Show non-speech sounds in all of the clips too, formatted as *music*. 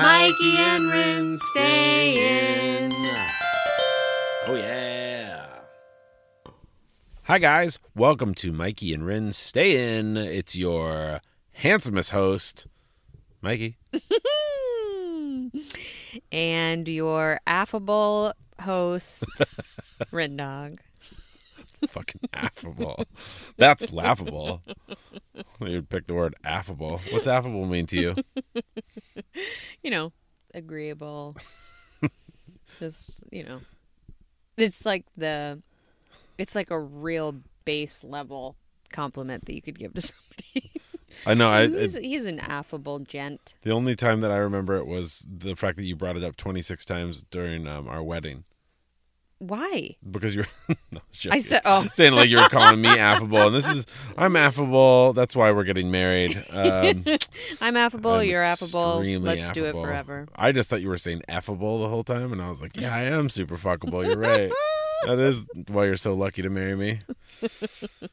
Mikey and Rin stay in. Oh, yeah. Hi, guys. Welcome to Mikey and Rin Stay In. It's your handsomest host, Mikey. and your affable *laughs* host, Red Dog. Fucking *laughs* affable. That's laughable. You'd pick the word affable. What's affable mean to you? You know, *laughs* agreeable. Just, you know. It's like the it's like a real base level compliment that you could give to somebody. I know. I, *laughs* he's, it, he's an affable gent. the only time that I remember it was the fact that you brought it up 26 times during um, our wedding Why? because you were. *laughs* no, was I joking. said oh saying like you were calling me affable, and this is I'm affable. That's why we're getting married. *laughs* Um, I'm affable, I'm you're affable. extremely Let's do it affable. forever. I just thought you were saying affable the whole time, and I was like, yeah, I am super fuckable. You're right. *laughs* That is why you're so lucky to marry me.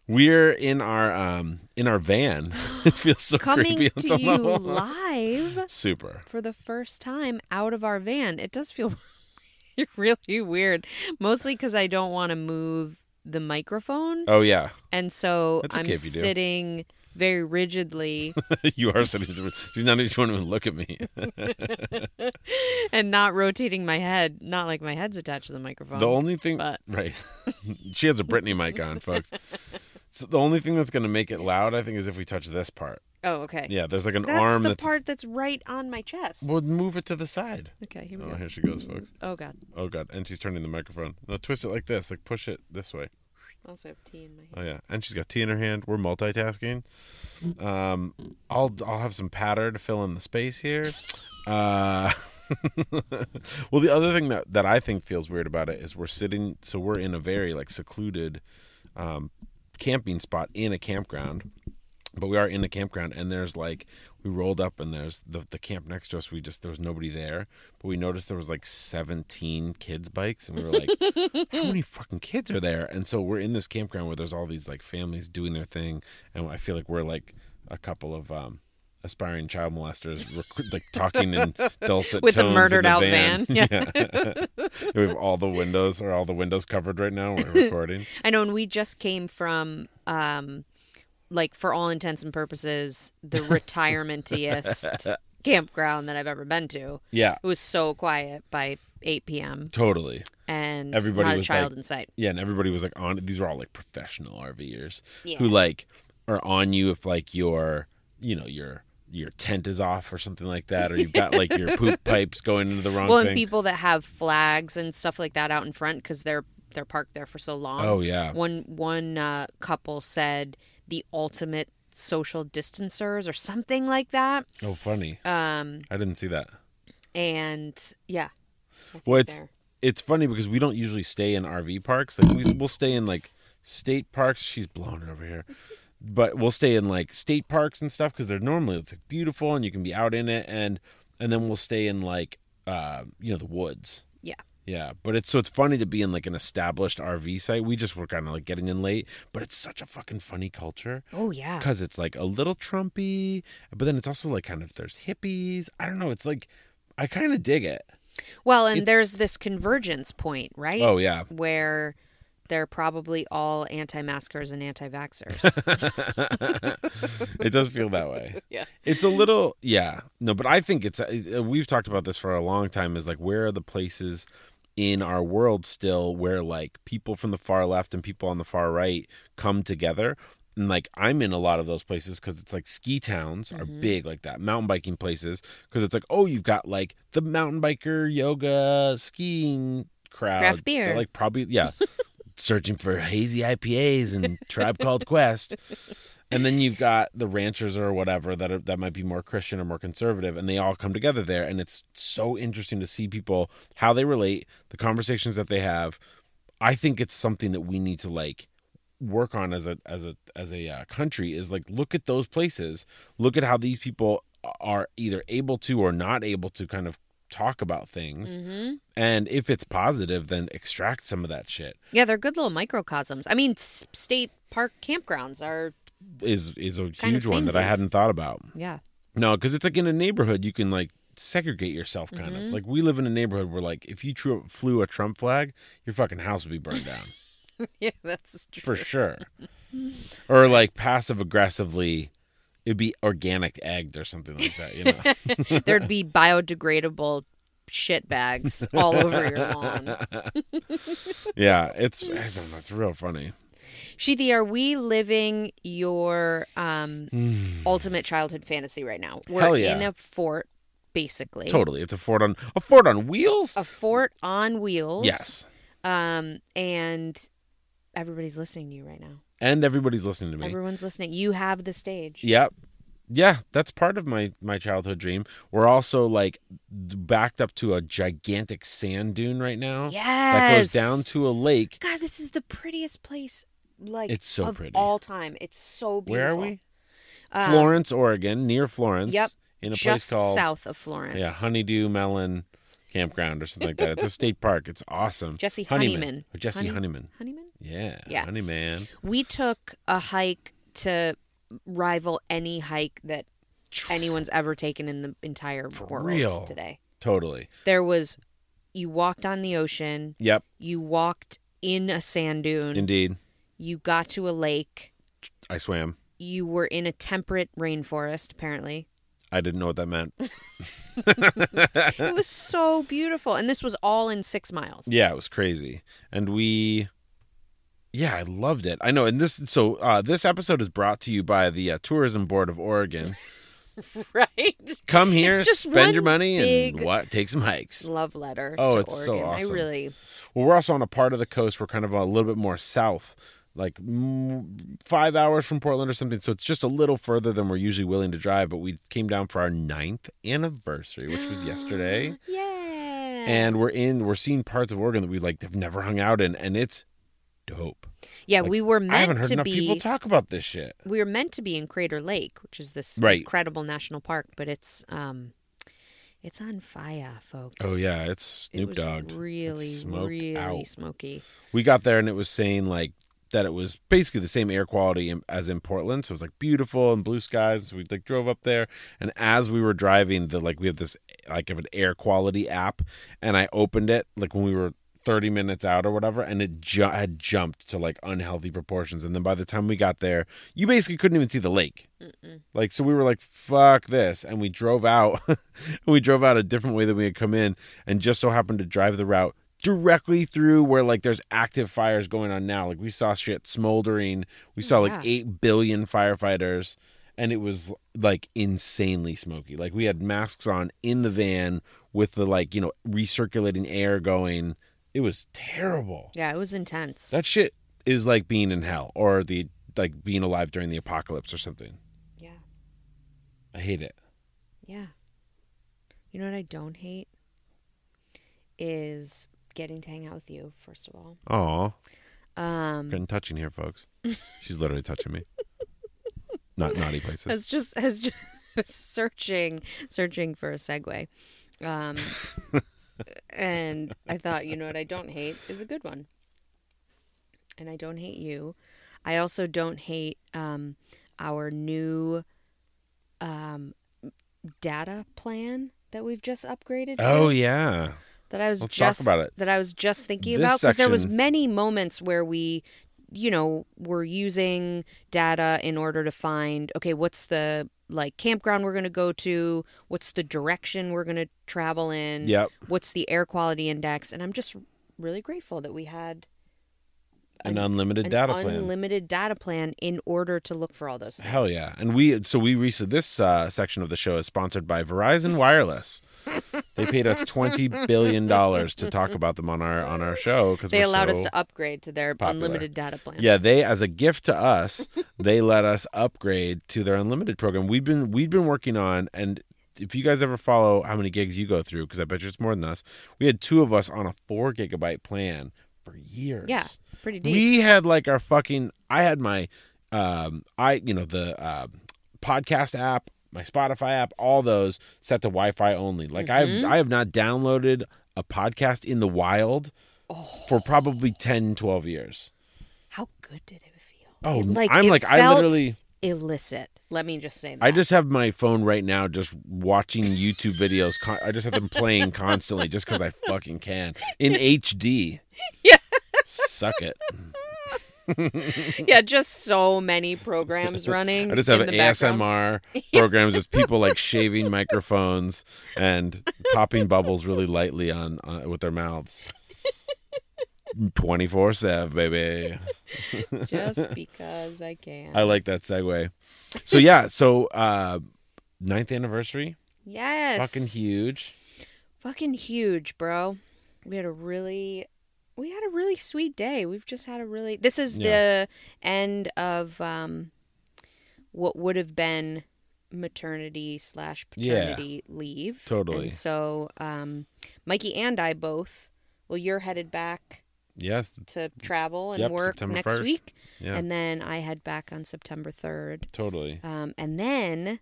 We're in our um in our van. *laughs* it feels so Coming creepy on to some you level. live Super. for the first time out of our van. It does feel *laughs* really weird, mostly because I don't want to move the microphone, Oh yeah, *laughs* and so That's I'm okay if you do. sitting *laughs* very rigidly you are sitting. She's not even trying to look at me. and not rotating my head. Not like my head's attached to the microphone. The only thing, but- *laughs* *laughs* right? she has a Britney mic on, folks. So the only thing that's going to make it loud, I think, is if we touch this part. oh, okay. Yeah, there's like an That's arm the that's. part that's right on my chest. We'll move it to the side. Okay, here we Oh, go. here she goes, folks. Oh God, Oh god, and she's turning the microphone. No, twist it like this. Like push it this way. I also have tea in my hand. Oh yeah, and she's got tea in her hand. We're multitasking. Um, I'll I'll have some patter to fill in the space here. Uh, *laughs* well, the other thing that that I think feels weird about it is we're sitting, so we're in a very like secluded um, camping spot in a campground. But we are in a campground, and there's like we rolled up, and there's the the camp next to us. We just there was nobody there, but we noticed there was like 17 kids' bikes, and we were like, *laughs* how many fucking kids are there? And so we're in this campground where there's all these like families doing their thing, and I feel like we're like a couple of um aspiring child molesters, rec- like talking *laughs* in dulcet With the tones in murdered out van. *laughs* Yeah, *laughs* we have all the windows or all the windows covered right now. We're *laughs* recording. I know, and we just came from, um, like for all intents and purposes, *laughs* the retirementiest campground that I've ever been to. Yeah, It was so quiet by 8 p.m. totally. and Everybody not a was child like- in sight. Yeah, and everybody was like on. These were all like professional RVers Yeah. who like are on you if like your you know your your tent is off or something like that, or you've got like *laughs* your poop pipes going into the wrong Well, thing. and people that have flags and stuff like that out in front because they're they're parked there for so long. oh yeah. One one uh, couple said the ultimate social distancers or something like that. Oh, funny. Um, I didn't see that. and yeah. I think Well, it's they're- it's funny because we don't usually stay in RV parks. Like we we'll stay in like state parks. She's blown it over here. But we'll stay in like state parks and stuff because they're normally it's like beautiful and you can be out in it and and then we'll stay in like uh, you know the woods. Yeah. Yeah, but it's so it's funny to be in like an established RV site. We just were kind of like getting in late, but it's such a fucking funny culture oh yeah. because it's like a little Trumpy, but then it's also like kind of there's hippies. I don't know. It's like I kind of dig it. Well, and It's- there's this convergence point, right? Oh yeah, Where they're probably all anti-maskers *laughs* and anti-vaxxers. it does feel that way. *laughs* yeah. It's a little, yeah, no, but I think it's. uh, We've talked about this for a long time. Is like where are the places in our world still where like people from the far left and people on the far right come together. And like I'm in a lot of those places because it's like ski towns are Mm-hmm. big like that, mountain biking places because it's like oh you've got like the mountain biker yoga skiing crowd, Craft They're, beer. like probably *laughs* yeah, searching for hazy IPAs and Tribe Called Quest. And then you've got the ranchers or whatever that are, that might be more Christian or more conservative, and they all come together there, and it's so interesting to see people how they relate, the conversations that they have. I think it's something that we need to like work on as a as a as a uh, country is like look at those places, look at how these people are either able to or not able to kind of talk about things, hmm and if it's positive, then extract some of that shit. Yeah, they're good little microcosms. I mean, s- state park campgrounds are. Is is a Kind of huge one that I samesies. hadn't thought about. Yeah. *laughs* No, because it's like in a neighborhood, you can like segregate yourself kind Mm-hmm. of like we live in a neighborhood where like if you tru- flew a trump flag your fucking house would be burned down yeah, that's true. for sure *laughs* or like passive aggressively it'd be organic egged or something like that you *laughs* know There'd be biodegradable *laughs* shit bags all over your lawn. yeah it's i don't know it's real funny Shidi, are we living your um, ultimate childhood fantasy right now? We're Hmm. Hell yeah. in a fort, basically. totally it's a ford on a ford on wheels A fort on wheels. yes Um, and everybody's listening to you right now. and everybody's listening to me Everyone's listening. You have the stage. Yep. Yeah, that's part of my my childhood dream. We're also like backed up to a gigantic sand dune right now. That Yes. goes down to a lake. God, this is the prettiest place. Like It's so of pretty. all time. It's so Where are beautiful. we? Um, Florence, Oregon, near Florence. yep, In a place Just called south of Florence. Yeah, Honeydew Melon Campground or something like that. It's a state park. It's awesome. Jesse Honeyman. Or Jesse Honey- Honeyman. Honeyman. Yeah. Yeah. Honeyman. We took a hike to rival any hike that anyone's ever taken in the entire world real. today. Totally. There was you walked on the ocean, Yep. you walked in a sand dune, Indeed. you got to a lake, I swam. you were in a temperate *laughs* rainforest apparently. I didn't know what that *laughs* meant. it was so beautiful and this was all in 6 miles. Yeah, it was crazy. And we Yeah, I loved it. I know. And this so uh this episode is brought to you by the uh, Tourism Board of *laughs* Oregon. *laughs* Right? Come here, It's just spend your one money big- and what take some hikes. Love letter Oh, to it's so Oregon. awesome. I really Well, we're also on a part of the coast we're kind of a little bit more south. Like mm, five hours from Portland or something, so it's just a little further than we're usually willing to drive. But we came down for our ninth anniversary, which was *gasps* yesterday. Yeah. and we're in we're seeing parts of Oregon that we like have never hung out in, and it's dope. yeah, we were meant I haven't heard to enough be people talk about this shit. we were meant to be in Crater Lake, which is this Right. incredible national park, but it's um, it's on fire, folks. Oh yeah, it's it Snoop was Dogg. really, smoked really out. smoky. We got there and it was saying like that it was basically the same air quality in, as in Portland, so it was like beautiful and blue skies. So we like drove up there, and as we were driving, the like we have this like of an air quality app, and I opened it like when we were. 30 minutes out or whatever and it ju- had jumped to like unhealthy proportions and then by the time we got there you basically couldn't even see the lake Like so we were like fuck this and we drove out *laughs* and we drove out a different way than we had come in and just so happened to drive the route directly through where like there's active fires going on now like we saw shit smoldering we saw like yeah. 8 billion firefighters and it was like insanely smoky like we had masks on in the van with the like you know recirculating air going it was terrible Yeah, it was intense. that shit is like being in hell or the like being alive during the apocalypse or something Yeah, i hate it yeah. You know what I don't hate is getting to hang out with you. First of all, Aw, um, getting touching here, folks. *laughs* She's literally touching me. Not naughty I places. was just I *laughs* was just searching searching for a segue. Um and I thought, you know what I don't hate is a good one. And I don't hate you. I also don't hate um our new um data plan that we've just upgraded to, Oh yeah, that I was let's talk just about it. that I was just thinking This about because there was section- many moments where we you know were using data in order to find okay what's the like campground we're going to go to what's the direction we're going to travel in Yep. what's the air quality index and I'm just really grateful that we had an unlimited an data plan. unlimited data plan in order to look for all those things. Hell yeah! And we so we recently this uh, section of the show is sponsored by Verizon Wireless. they paid *laughs* us twenty billion dollars to talk about them on our on our show because They allowed us to upgrade to their popular. unlimited data plan. Yeah, they as a gift to us, they let us upgrade to their unlimited program. We've been we've been working on and if you guys ever follow how many gigs you go through because I bet you it's more than us. We had two of us on a 4 gigabyte plan for years. Yeah, pretty deep. We had like our fucking I had my um I you know the uh, podcast app, my Spotify app, all those set to Wi-Fi only. Like I've I have not downloaded a podcast in the wild for probably 10 12 years. How good did it feel? Oh, It, I'm it like I felt literally illicit. Let me just say that. I just have my phone right now, just watching YouTube videos. Con- I just have them playing constantly, just because I fucking can in HD. *laughs* Yeah. Suck *laughs* it. yeah, just so many programs *laughs* running. I just have in the background. *laughs* ASMR programs. It's people like shaving microphones and popping bubbles really lightly on, on with their mouths. Twenty four sev, baby. just because I *laughs* can. I like that segue. So yeah, so uh ninth anniversary, yes. fucking huge. Fucking huge, bro. We had a really we had a really sweet day. We've just had a really this is the end of um what would have been maternity slash Yeah. paternity leave. Totally. And so um Mikey and I both well you're headed back Yes, to travel and Yep, work September next 1st. week. Yeah. And then I head back on September third. totally, Um, and then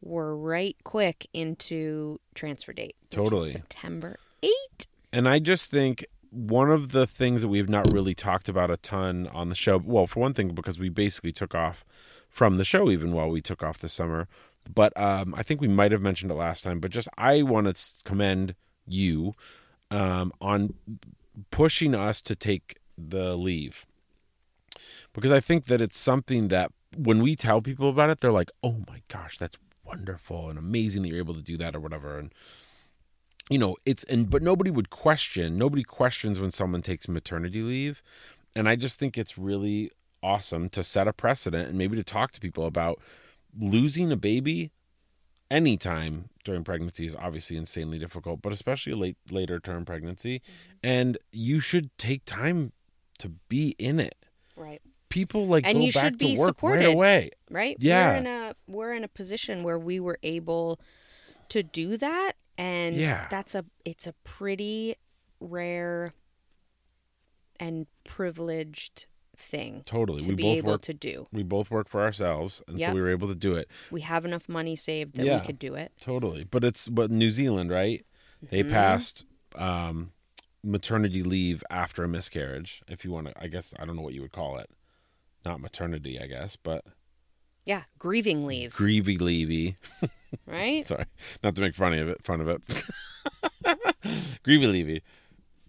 we're right quick into transfer date. which is Totally. September 8th. and I just think one of the things that we've not really talked about a ton on the show. Well, for one thing, because we basically took off from the show even while we took off this summer. But um, I think we might have mentioned it last time. But just I want to s- commend you um, on pushing us to take the leave because I think that it's something that when we tell people about it, they're like, "Oh my gosh, that's wonderful and amazing that you're able to do that or whatever." And you know, it's and but nobody would question. Nobody questions when someone takes maternity leave, and I just think it's really awesome to set a precedent and maybe to talk to people about losing a baby anytime during pregnancy is obviously insanely difficult, but especially a late later term pregnancy, Mm-hmm. and you should take time to be in it Right. people like And go you back should to be work supported. right away. Right? Yeah. We're in a we're in a position where we were able to do that and Yeah. that's a it's a pretty rare and privileged thing Totally. to We be both able work to do. we both work for ourselves and so Yep. we were able to do it. We have enough money saved that Yeah. we could do it. Totally. But it's but New Zealand, right? They Mm-hmm. passed um maternity leave after a miscarriage if you want to I guess I don't know what you would call it. Not maternity, I guess, but Yeah, grieving leave, grievy leavy. *laughs* right? Sorry, not to make fun of it. Fun of it. *laughs* grievy leavy,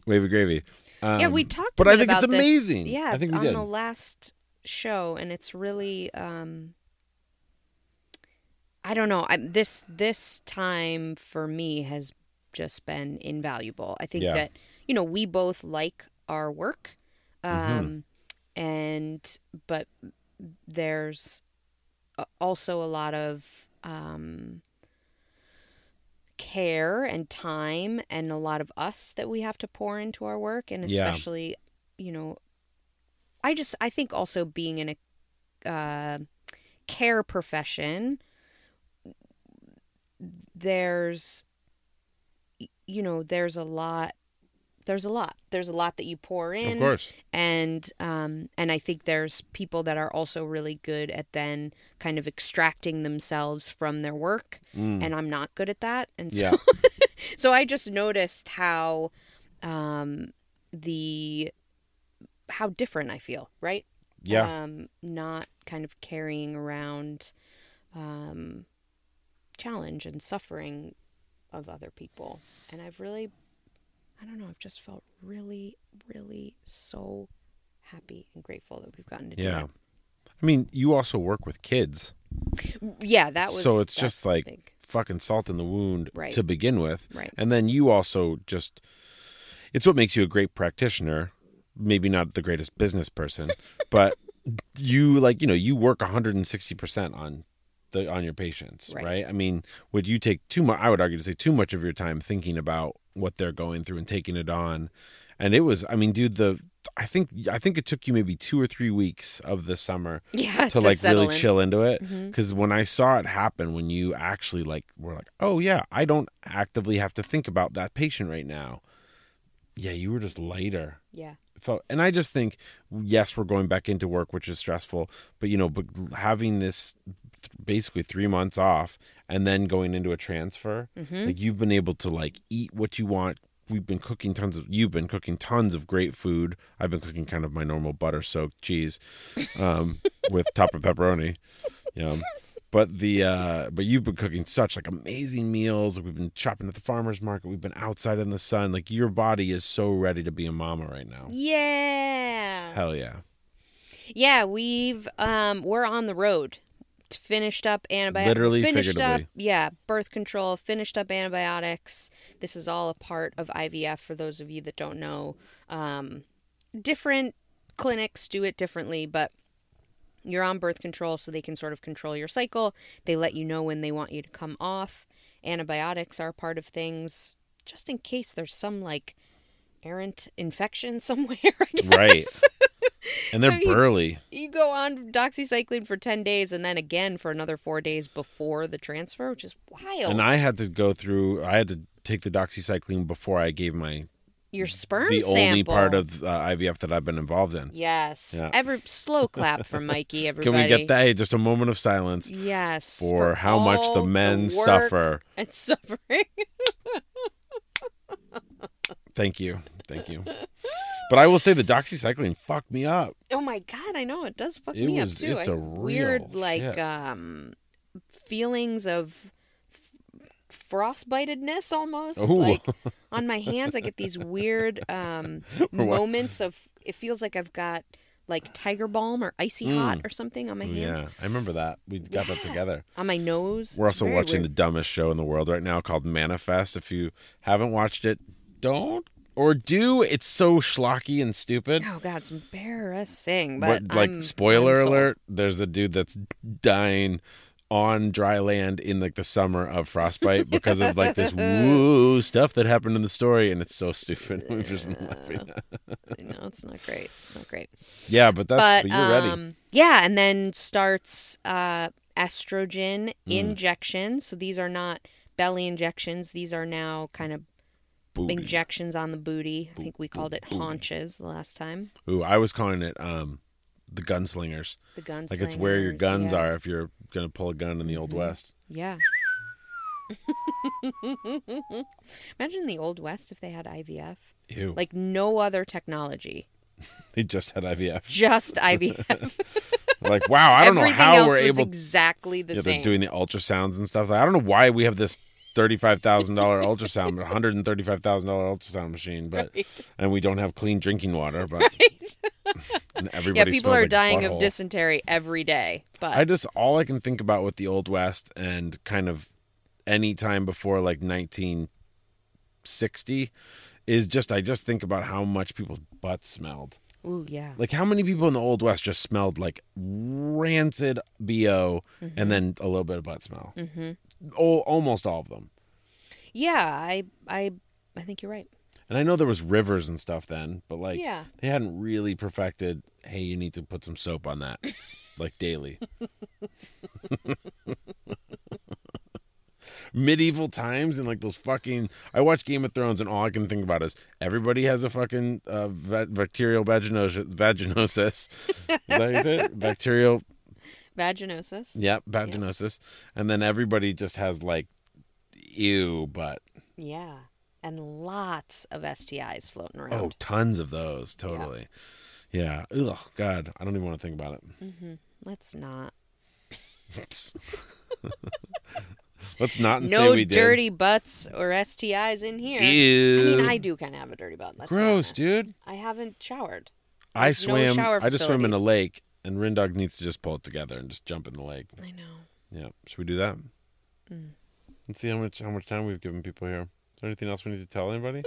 wavy gravy. yeah, Um, we talked. but a I bit think it's about this- amazing. Yeah, I think we on did. the last show, and it's really. Um, I don't know. I, this this time for me has just been invaluable. I think Yeah. that you know we both like our work, um, Mm-hmm. and but there's a- also a lot of um, care and time and a lot of us that we have to pour into our work and Yeah. especially you know i just i think also being in a uh, care profession there's you know there's a lot there's a lot there's a lot that you pour in of course. and um, and I think there's people that are also really good at then kind of extracting themselves from their work, Mm. and I'm not good at that, and so yeah. *laughs* so I just noticed how um, the how different I feel, right? Yeah. Um, not kind of carrying around um, challenge and suffering of other people, and I've really, I don't know, I've just felt really, really so happy and grateful that we've gotten to do Yeah. it. I mean, you also work with kids. Yeah, that was so it's that's just like big. *laughs* fucking salt in the wound Right. to begin with. Right. And then you also just it's what makes you a great practitioner, maybe not the greatest business *laughs* person, but you like, you know, you work 160% on the on your patients, right? Right. I mean, would you take too much I would argue to say too much of your time thinking about what they're going through and taking it on. And it was I mean, dude, the I think I think it took you maybe 2 or 3 weeks of this summer yeah to, like settle really in. chill into it Mhm. because when i saw it happen when you actually like were like oh yeah i don't actively have to think about that patient right now yeah you were just lighter Yeah, It felt and i just think yes we're going back into work which is stressful but you know but having this th- basically three months off and then going into a transfer Mhm. like you've been able to like eat what you want we've been cooking tons of you've been cooking tons of great food *laughs* i've been cooking kind of my normal butter soaked cheese um, with top of pepperoni you know. But the uh, but you've been cooking such like amazing meals. We've been shopping at the farmers market. We've been outside in the sun. Like your body is so ready to be a mama right now. Yeah. Hell yeah. Yeah, we've um we're on the road. Finished up antibiotics. Literally, finished figuratively. up yeah, birth control, finished up antibiotics. This is all a part of IVF for those of you that don't know. Um different clinics do it differently, but you're on birth control so they can sort of control your cycle. They let you know when they want you to come off. Antibiotics are part of things just in case there's some like errant infection *laughs* somewhere. I guess. Right. *laughs* And they're So you- burly. You go on doxycycline for 10 days and then again for another four days before the transfer, which is wild. And I had to go through. I had to take the doxycycline before I gave my Your sperm the sample. only part of uh, IVF that I've been involved in. Yes. Yeah. Every slow clap for Mikey, everybody. *laughs* Can we get that? Hey, just a moment of silence Yes. for, how much the all men work suffer. And *laughs* suffering. Thank you, thank you. But I will say the doxycycline fucked me up. Oh my god, I know it does fuck It me was- up too. it's I- a weird real like shit. um feelings of f- frostbitedness almost Ooh. *laughs* like on my hands I get these weird um moments of it feels like I've got like tiger balm or icy hot or something on my hands Hmm. Yeah, I remember that. We got that together. on my nose. We're also watching the the dumbest show in the world right now called Manifest. If you haven't watched it, don't or do. It's so schlocky and stupid. Oh god, it's embarrassing. But But, like I'm- spoiler I'm sold. alert, there's a dude that's dying on dry land in like the summer of frostbite because of like *laughs* this woo stuff that happened in the story and it's so stupid. *laughs* We've just been laughing. No, it's not great. It's not great. Yeah, but that's but, but, you're ready. um, yeah, and then starts uh, estrogen Mm. injections. So these are not belly injections. These are now kind of Booty. injections on the booty. I think we called it haunches the last time. Ooh, I was calling it um the gunslingers. The guns. Like it's where your guns are if you're gonna pull a gun in the Mm-hmm. old west. Yeah. *laughs* Imagine the old west if they had IVF. Ew. Like no other technology, they just had IVF. just IVF. *laughs* Like, wow, I don't know Everything how else we're was able exactly the yeah, same. they're doing the ultrasounds and stuff. I don't know why we have this thirty-five thousand *laughs* dollar ultrasound, one hundred and thirty-five thousand dollar ultrasound machine, but Right. and we don't have clean drinking water. But *laughs* and everybody yeah, people smells are like dying butthole. of dysentery every day. But I just all I can think about with the old west and kind of any time before like nineteen sixty is just I just think about how much people's butts smelled. Ooh, yeah. Like how many people in the old west just smelled like rancid bo and then a little bit of butt smell. hmm Al- almost all of them. Yeah, I, I, I think you're right. And I know there was rivers and stuff then, but like Yeah. they hadn't really perfected. Hey, you need to put some soap on that, like daily. Medieval times and like those fucking. I watch Game of Thrones and all I can think about is everybody has a fucking uh, va- bacterial vaginosis. Vaginosis. Is that what you said? Bacterial. Vaginosis. Yep, vaginosis. And then everybody just has like, ew, but Yeah, and lots of STIs floating around. Oh, tons of those, totally. Yeah. Ugh, God, I don't even want to think about it. Let's not. Let's not and say No we dirty butts or STIs in here. did. Ew. I mean, I do kind of have a dirty butt. Let's be Gross, honest. dude. I haven't showered. I There's no swam. shower I just swam in a facilities. lake, and Rindog needs to just pull it together and just jump in the lake. I know. Yeah. Should we do that? Mm. Let's see how much how much time we've given people here. Is there anything else we need to tell *laughs* anybody?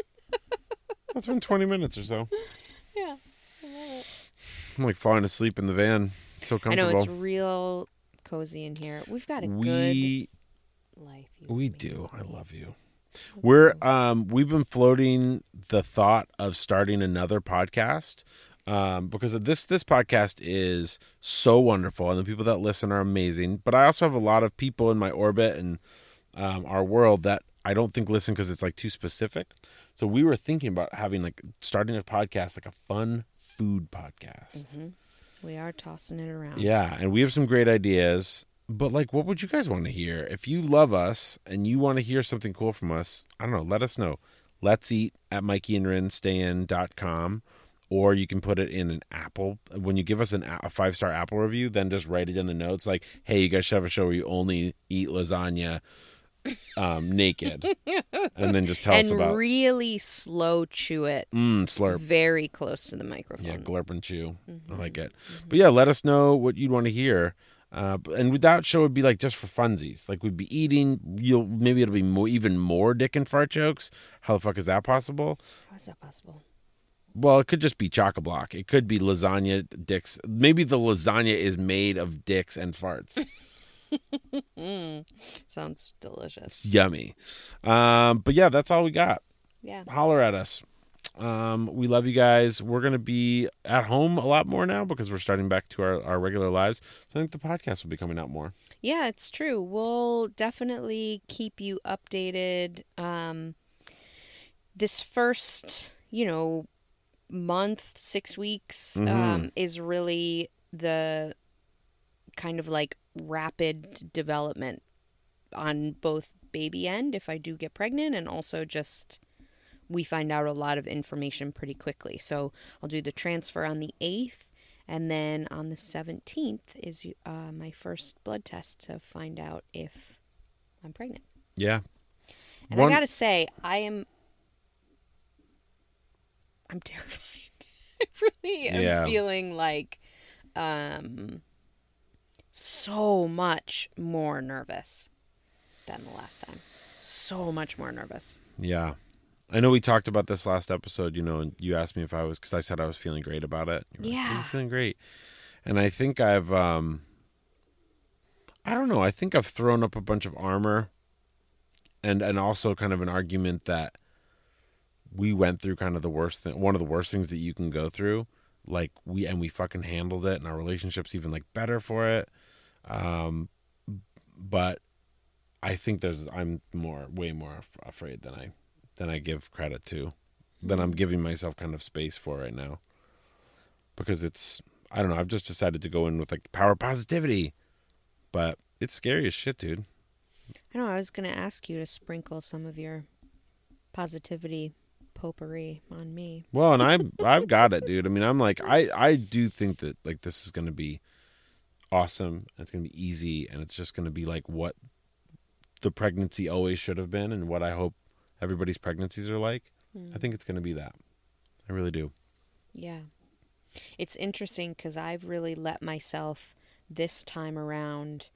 That's been twenty minutes or so. Yeah. I'm like falling asleep in the van. It's so I know comfortable. it's real cozy in here. We've got a we good life. you We and me. do. I love you. We're um we've been floating the thought of starting another podcast. Um, because of this this podcast is so wonderful and the people that listen are amazing. But I also have a lot of people in my orbit and um, our world that I don't think listen because it's like too specific. So we were thinking about having like starting a podcast, like a fun food podcast. We are tossing it around. Yeah, and we have some great ideas. But like, what would you guys want to hear? If you love us and you want to hear something cool from us, I don't know, let us know. Let's eat at Mikey and Rin or you can put it in an Apple. When you give us an, a- a five star Apple review, then just write it in the notes like, "Hey, you guys should have a show where you only eat lasagna um, naked," and then just tell us and about really slow chew it mm, slurp. very close to the microphone. Yeah, glurp and chew. I like it. But yeah, let us know what you'd want to hear. Uh, b- and with that show would be like just for funsies. Like we'd be eating. You'll maybe it'll be more, even more dick and fart jokes. How the fuck is that possible? How is that possible? Well, it could just be chock a block. It could be lasagna dicks. Maybe the lasagna is made of dicks and farts. Mm, sounds delicious. It's *laughs* yummy. Um, but yeah, that's all we got. Yeah. Holler at us. Um, we love you guys. We're gonna be at home a lot more now because we're starting back to our, our regular lives. So I think the podcast will be coming out more. Yeah, it's true. We'll definitely keep you updated. Um, this first, you know, month, six weeks um, is really the kind of like rapid development on both baby end, if I do get pregnant, and also just we find out a lot of information pretty quickly. So I'll do the transfer on the 8th, and then on the 17th is uh, my first blood test to find out if I'm pregnant. Yeah. And One- I gotta say, I am. I'm *laughs* terrified. I really am Yeah. feeling like um, so much more nervous than the last time. So much more nervous. Yeah. I know we talked about this last episode, you know, and you asked me if I was because I said I was feeling great about it. You were like, Yeah. I'm feeling great. And I think I've um I don't know, I think I've thrown up a bunch of armor and and also kind of an argument that we went through kind of the worst thing one of the worst things that you can go through. Like we and we fucking handled it and our relationship's even like better for it. Um but I think there's I'm more way more af- afraid than I than I give credit to than I'm giving myself kind of space for right now because it's I don't know I've just decided to go in with like the power of positivity but it's scary as shit dude I know. I was gonna ask you to sprinkle some of your positivity potpourri on me. well and I I've got it dude I mean I'm like I I do think that like this is going to be awesome and it's going to be easy and it's just going to be like what the pregnancy always should have been and what I hope everybody's pregnancies are like I think it's going to be that I really do Yeah. It's interesting because I've really let myself this time around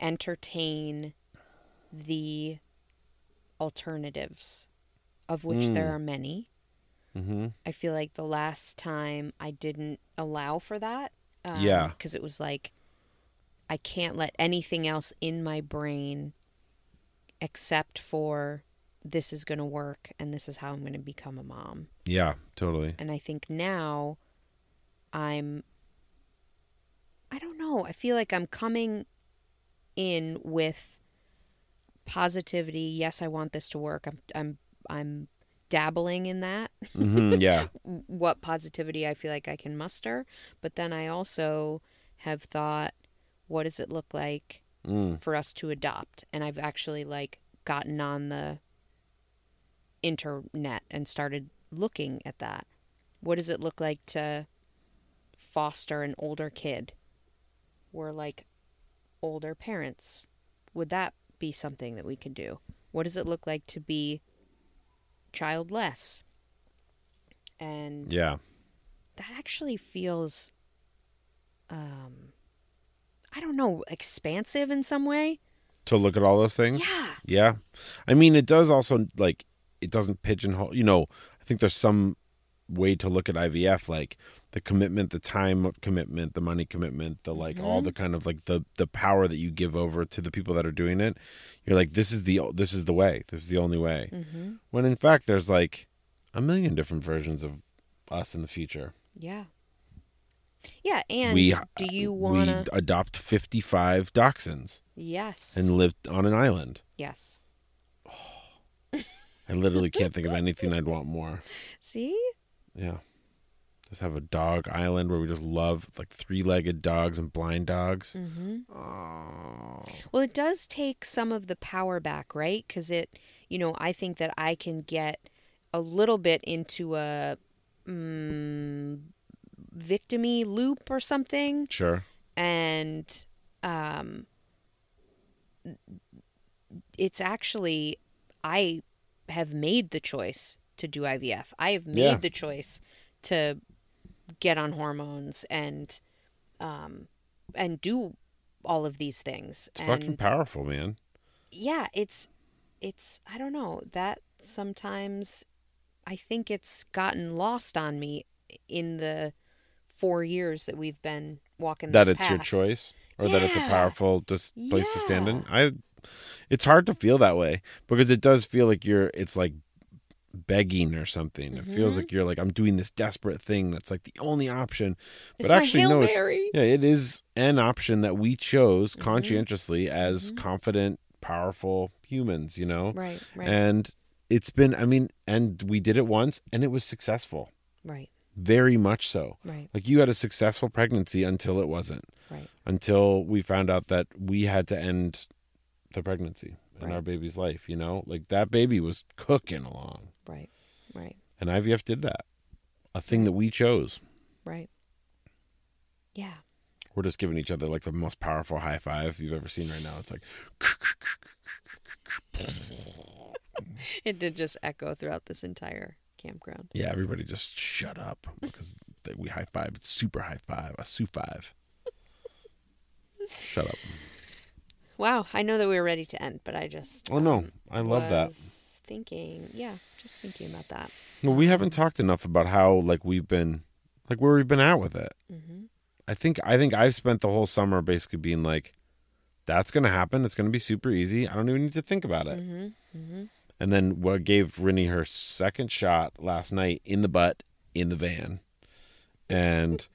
entertain the alternatives, of which there are many. mhm I feel like the last time I didn't allow for that. Um, Yeah. Because it was like, I can't let anything else in my brain except for this is going to work and this is how I'm going to become a mom. Yeah, *laughs* totally. And I think now I'm I don't know. I feel like I'm coming in with positivity. Yes, I want this to work. I'm I'm I'm dabbling in that Mhm, yeah, what positivity I feel like I can muster, but then I also have thought what does it look like Mm. for us to adopt? And I've actually like gotten on the internet and started looking at that. What does it look like to foster an older kid? We're like older parents. Would that be something that we could do? What does it look like to be childless? And yeah, that actually feels um i don't know expansive in some way to look at all those things. yeah Yeah. I mean, it does also like it doesn't pigeonhole, you know, I think there's some way to look at IVF like the commitment, the time commitment, the money commitment, the like all the kind of like the the power that you give over to the people that are doing it. You're like this is the this is the way. This is the only way. mm-hmm. When in fact there's like a million different versions of us in the future. yeah yeah and we do you want to we adopt 55 dachshunds yes and live on an island. yes I literally can't think of anything I'd want more. see Yeah. Just have a dog island where we just love like three legged dogs and blind dogs. mm-hmm. Oh. Well, it does take some of the power back, right? Because it, you know, I think that I can get a little bit into a mm, victimy loop or something Sure. and um, it's actually I have made the choice to do IVF. I have made Yeah. the choice to get on hormones and um, and do all of these things. It's and fucking powerful, man. yeah, it's it's I don't know that sometimes I think it's gotten lost on me in the four years that we've been walking. That this it's your path. choice or that it's a Yeah. powerful dis- place to stand in. Yeah. I it's hard to feel that way because it does feel like you're it's like begging or something. It feels Mhm. like you're like I'm doing this desperate thing that's like the only option. But It's my actually Hail no, it's Mary. Yeah, it is an option that we chose Mhm. conscientiously as Mhm. confident, powerful humans, you know? Right, right, And it's been, I mean, and we did it once and it was successful, right, very much so. right, Like you had a successful pregnancy until it wasn't, right, until we found out that we had to end the pregnancy and Right. our baby's life, you know? Like that baby was cooking along. right, right, And IVF did that, a thing that we chose. right. Yeah, We're just giving each other like the most powerful high five you've ever seen right now. It's like, *laughs* it did just echo throughout this entire campground. Yeah, everybody just shut up *laughs* because they, we high five, super high five, a su five. shut up. Wow, I know that we were ready to end, but I just Oh no, um, I love that. was Thinking, yeah, just thinking about that. Well, we haven't talked enough about how like we've been, like where we've been at with it. hmm I think I think I've spent the whole summer basically being like, that's gonna happen. It's gonna be super easy. I don't even need to think about it. hmm hmm And then what gave Rennie her second shot last night in the butt in the van, and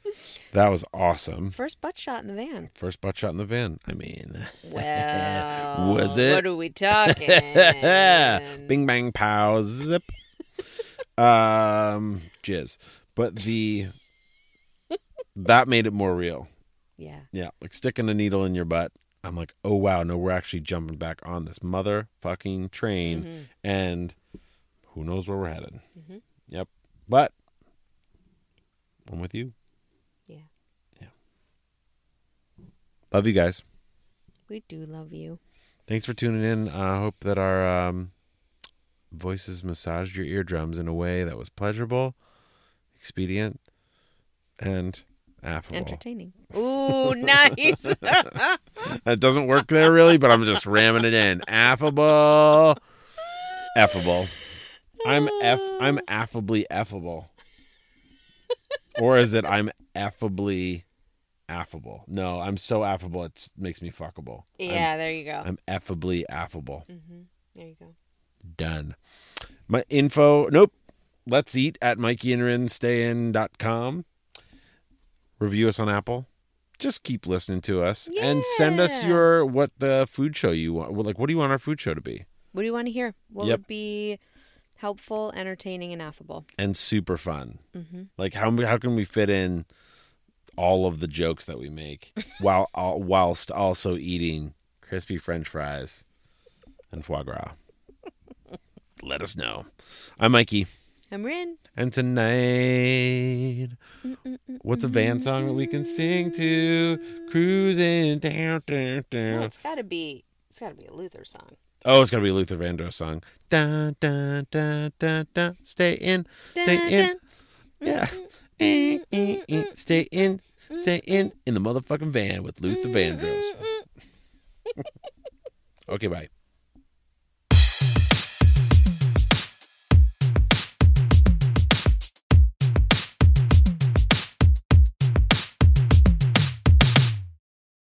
that was awesome. First butt shot in *laughs* the van. First butt shot in the van. I *laughs* mean, Well, Was it? What are we talking? *laughs* Bing bang pow zip. um, jizz. But the that made it more real. yeah, Yeah, like sticking a needle in your butt. I'm like, oh wow, no, we're actually jumping back on this motherfucking train, Mhm. and who knows where we're headed. Mhm. Yep. But I'm with you. yeah. Love you guys. We do love you. Thanks for tuning in. I hope that our um, voices massaged your eardrums in a way that was pleasurable, expedient, and affable. Entertaining. Ooh, *laughs* *laughs* nice. That doesn't work there really, but I'm just ramming it in. Affable, effable. I'm f. I'm affably effable. Or is it I'm affably affable? No, I'm so affable it makes me fuckable. I'm- yeah, there you go. I'm affably affable. Mm-hmm. There you go. done. My info, nope. Let's eat at mikeyandrinstayin.com. Review us on Apple. Just keep listening to us and send us Yeah. your what the food show you want. Like, what do you want our food show to be? What do you want to hear? What Yep. would be helpful, entertaining, and affable? And super fun. Mm-hmm. Like, how how can we fit in all of the jokes that we *laughs* make while al- whilst also eating crispy French fries and foie *laughs* gras? Let us know. I'm Mikey. I'm Rin. And tonight, what's a van song that we can sing to? Cruising down, down, No, down. it's got to be. It's got to be a Luther song. Oh, it's gonna be a Luther Vandross song. Da da da da da. Stay in, Dun, stay in, dun. yeah. Eh, eh, eh. Stay in, stay in, in the motherfucking van with Luther Vandross. Okay, bye.